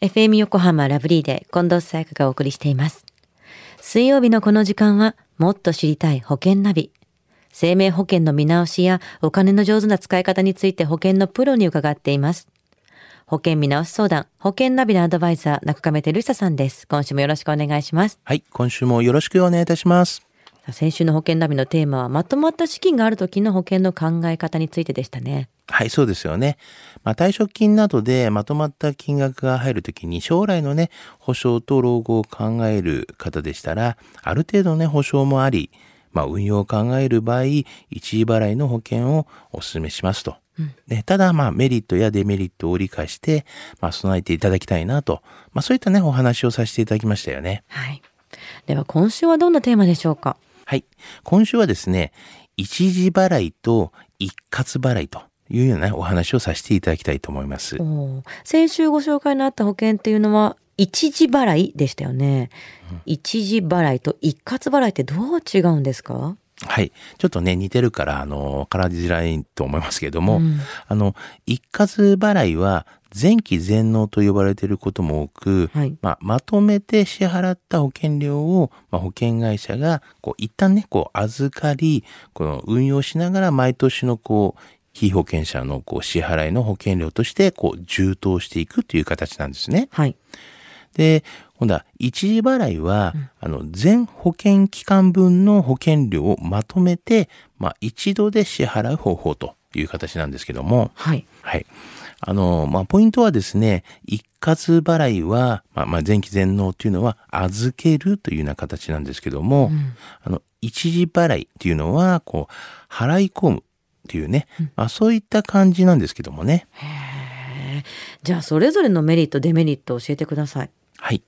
FM 横浜ラブリーで近藤沙耶香がお送りしています。水曜日のこの時間はもっと知りたい保険ナビ。生命保険の見直しやお金の上手な使い方について保険のプロに伺っています。保険見直し相談、保険ナビのアドバイザー、中亀照久さんです。今週もよろしくお願いします。はい、今週もよろしくお願いいたします。さあ先週の保険ナビのテーマはまとまった資金がある時の保険の考え方についてでしたね。はい、そうですよね。まあ、退職金などでまとまった金額が入るときに将来のね、保証と老後を考える方でしたら、ある程度ね、保証もあり、まあ、運用を考える場合、一時払いの保険をお勧めしますと。ね、ただ、まあ、メリットやデメリットを理解して、まあ、備えていただきたいなと。まあ、そういったね、お話をさせていただきましたよね。はい。では今週はどんなテーマでしょうかはい。今週はですね、一時払いと一括払いというようなねお話をさせていただきたいと思います。おー先週ご紹介のあった保険っていうのは一時払いでしたよね、一時払いと一括払いってどう違うんですかはい。ちょっとね、似てるから、あの、からづらいと思いますけれども、うんあの、一括払いは、前期全納と呼ばれていることも多く、はいまあ、まとめて支払った保険料を、まあ、保険会社が、こう、一旦ね、こう、預かり、この、運用しながら毎年の、こう、非保険者の、こう、支払いの保険料として、こう、充当していくという形なんですね。はいで、今度は一時払いは、あの、全保険期間分の保険料をまとめて、まあ、一度で支払う方法という形なんですけども、はいはい。あの、まあ、ポイントはですね、一括払いは、まあ、まあ、前期全納というのは預けるというような形なんですけども、あの、一時払いっていうのは、こう、払い込むっていうね、まあ、そういった感じなんですけどもね。じゃあそれぞれのメリットデメリットを教えてくださいはい。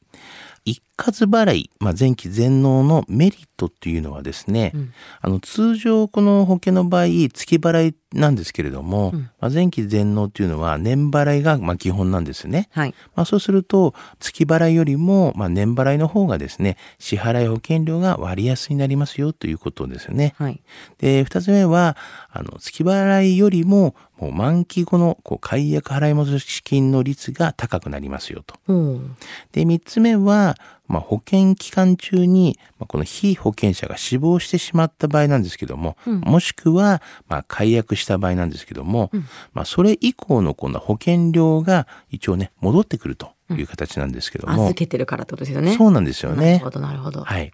一括払い、まあ、前期全納のメリットっていうのはですね、あの通常この保険の場合月払いなんですけれども、まあ、前期全納っていうのは年払いがまあ基本なんですね。はいまあ、そうすると月払いよりもまあ年払いの方がですね支払い保険料が割安になりますよということですよね。はいで、二つ目は、あの、月払いよりも、もう満期後の、こう、解約払い戻し金の率が高くなりますよと。うんで、三つ目は、まあ、保険期間中に、まあ、この非保険者が死亡してしまった場合なんですけども、もしくは、まあ、解約した場合なんですけども、まあ、それ以降のこの保険料が一応ね、戻ってくるという形なんですけども、預けてるからってことですよねそうなんですよなるねほ。どなるほど、はい。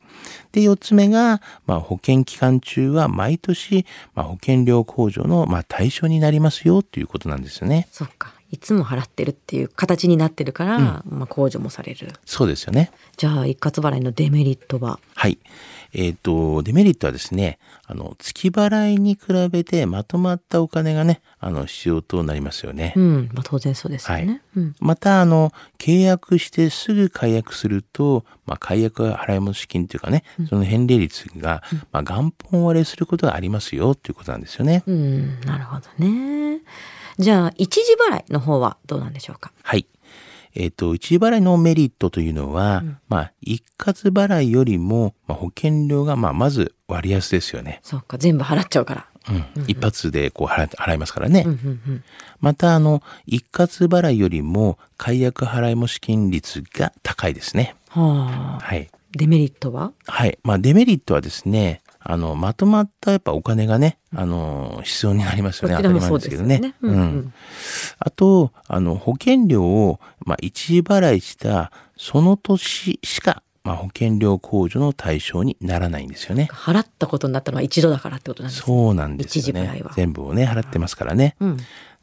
で、四つ目が、まあ、保険期間中は毎年、まあ、保険料控除の、まあ、対象になりますよということなんですよね。そっかいつも払ってるっていう形になってるから、まあ控除もされるそうですよね。じゃあ一括払いのデメリットははい。えっ、と、デメリットはですね、あの、月払いに比べてまとまったお金がね、あの、必要となりますよね。うんまあ当然そうですよね、はいうんまた、あの、契約してすぐ解約すると、まあ、解約払い戻し金というかね、その返礼率が、まあ、元本割れすることがありますよ、ということなんですよね。うん、なるほどね。じゃあ、一時払いの方はどうなんでしょうか。はい。えっ、と、一時払いのメリットというのは、まあ、一括払いよりも、まあ、保険料が、まあ、まず割安ですよね。そうか、全部払っちゃうから。うん。一発で、こう払、払いますからね。うんうんまた、あの、一括払いよりも、解約払いも資金率が高いですね。うん。はあ。はい。デメリットは。はい。まあ、デメリットはですね、あの、まとまったやっぱお金がね、あの、必要になりますよね。こ当ちらたりも前そでうすでけすどよね。ね。ううんん。あと、あの、保険料を、まあ、一時払いした、その年しか、まあ、保険料控除の対象にならないんですよね。払ったことになったのは一度だからってことなんですね。そうなんです一よ時払いねは。全部をね、払ってますからね。うん。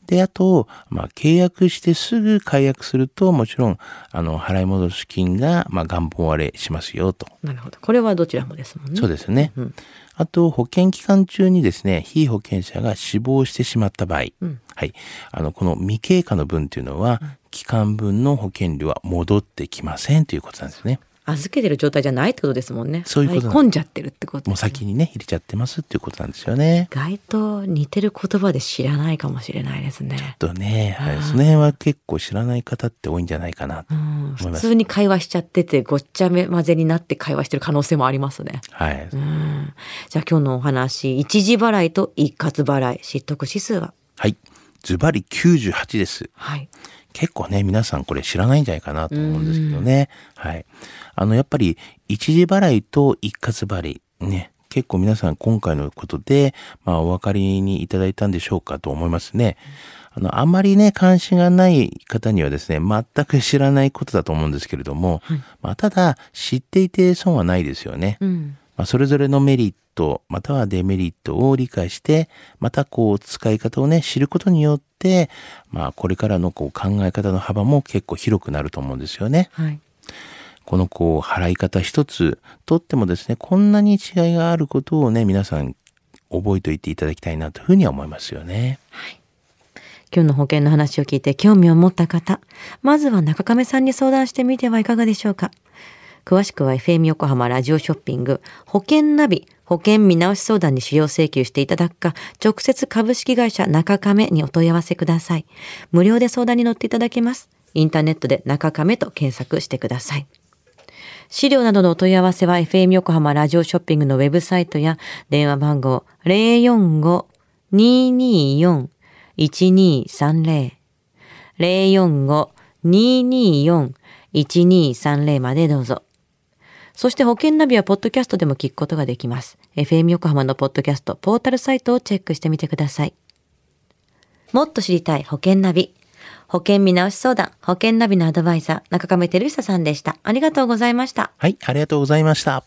で、あと、まあ、契約してすぐ解約すると、もちろん、あの、払い戻し金が、まあ、元本割れしますよ、と。なるほど。これはどちらもですもんね。そうですね。んあと、保険期間中にですね、非保険者が死亡してしまった場合、はい。あの、この未経過の分というのは、期間分の保険料は戻ってきませんということなんですね。預けてる状態じゃないってことですもんね。そういうことなんです入り込んじゃってるってこと。もう先にね、入れちゃってますっていうことなんですよね。意外と似てる言葉で知らないかもしれないですね。とね、はい、その辺は結構知らない方って多いんじゃないかなとうん、思い普ます。通に会話しちゃっててごっちゃ混ぜになって会話してる可能性もありますね。はい。うんじゃあ今日のお話、一時払いと一括払い、失得指数ははい。ズバリ98です。はい。結構ね、皆さんこれ知らないんじゃないかなと思うんですけどね。はい。あの、やっぱり、一時払いと一括払い、ね。結構皆さん今回のことで、まあ、お分かりにいただいたんでしょうかと思いますね。あの、あまりね、関心がない方にはですね、全く知らないことだと思うんですけれども、まあ、ただ、知っていて損はないですよね。うん。まあ、それぞれのメリットまたはデメリットを理解してまたこう使い方をね知ることによって、まあ、これからのこう考え方の幅も結構広くなると思うんですよね。はい。このこう払い方一つとってもですねこんなに違いがあることをね皆さん覚えておいていただきたいなというふうには思いますよね。今日の保険の話を聞いて興味を持った方、まずは中亀さんに相談してみてはいかがでしょうか。詳しくは FM 横浜ラジオショッピング保険ナビ保険見直し相談に使用請求していただくか、直接株式会社中亀にお問い合わせください。無料で相談に乗っていただけます。インターネットで中亀と検索してください。資料などのお問い合わせは FM 横浜ラジオショッピングのウェブサイトや電話番号045-224-1230 045-224-1230までどうぞ。そして保険ナビはポッドキャストでも聞くことができます。FM 横浜のポッドキャストポータルサイトをチェックしてみてください。もっと知りたい保険ナビ。保険見直し相談、保険ナビのアドバイザー、中亀照久さんでした。ありがとうございました。はい、ありがとうございました。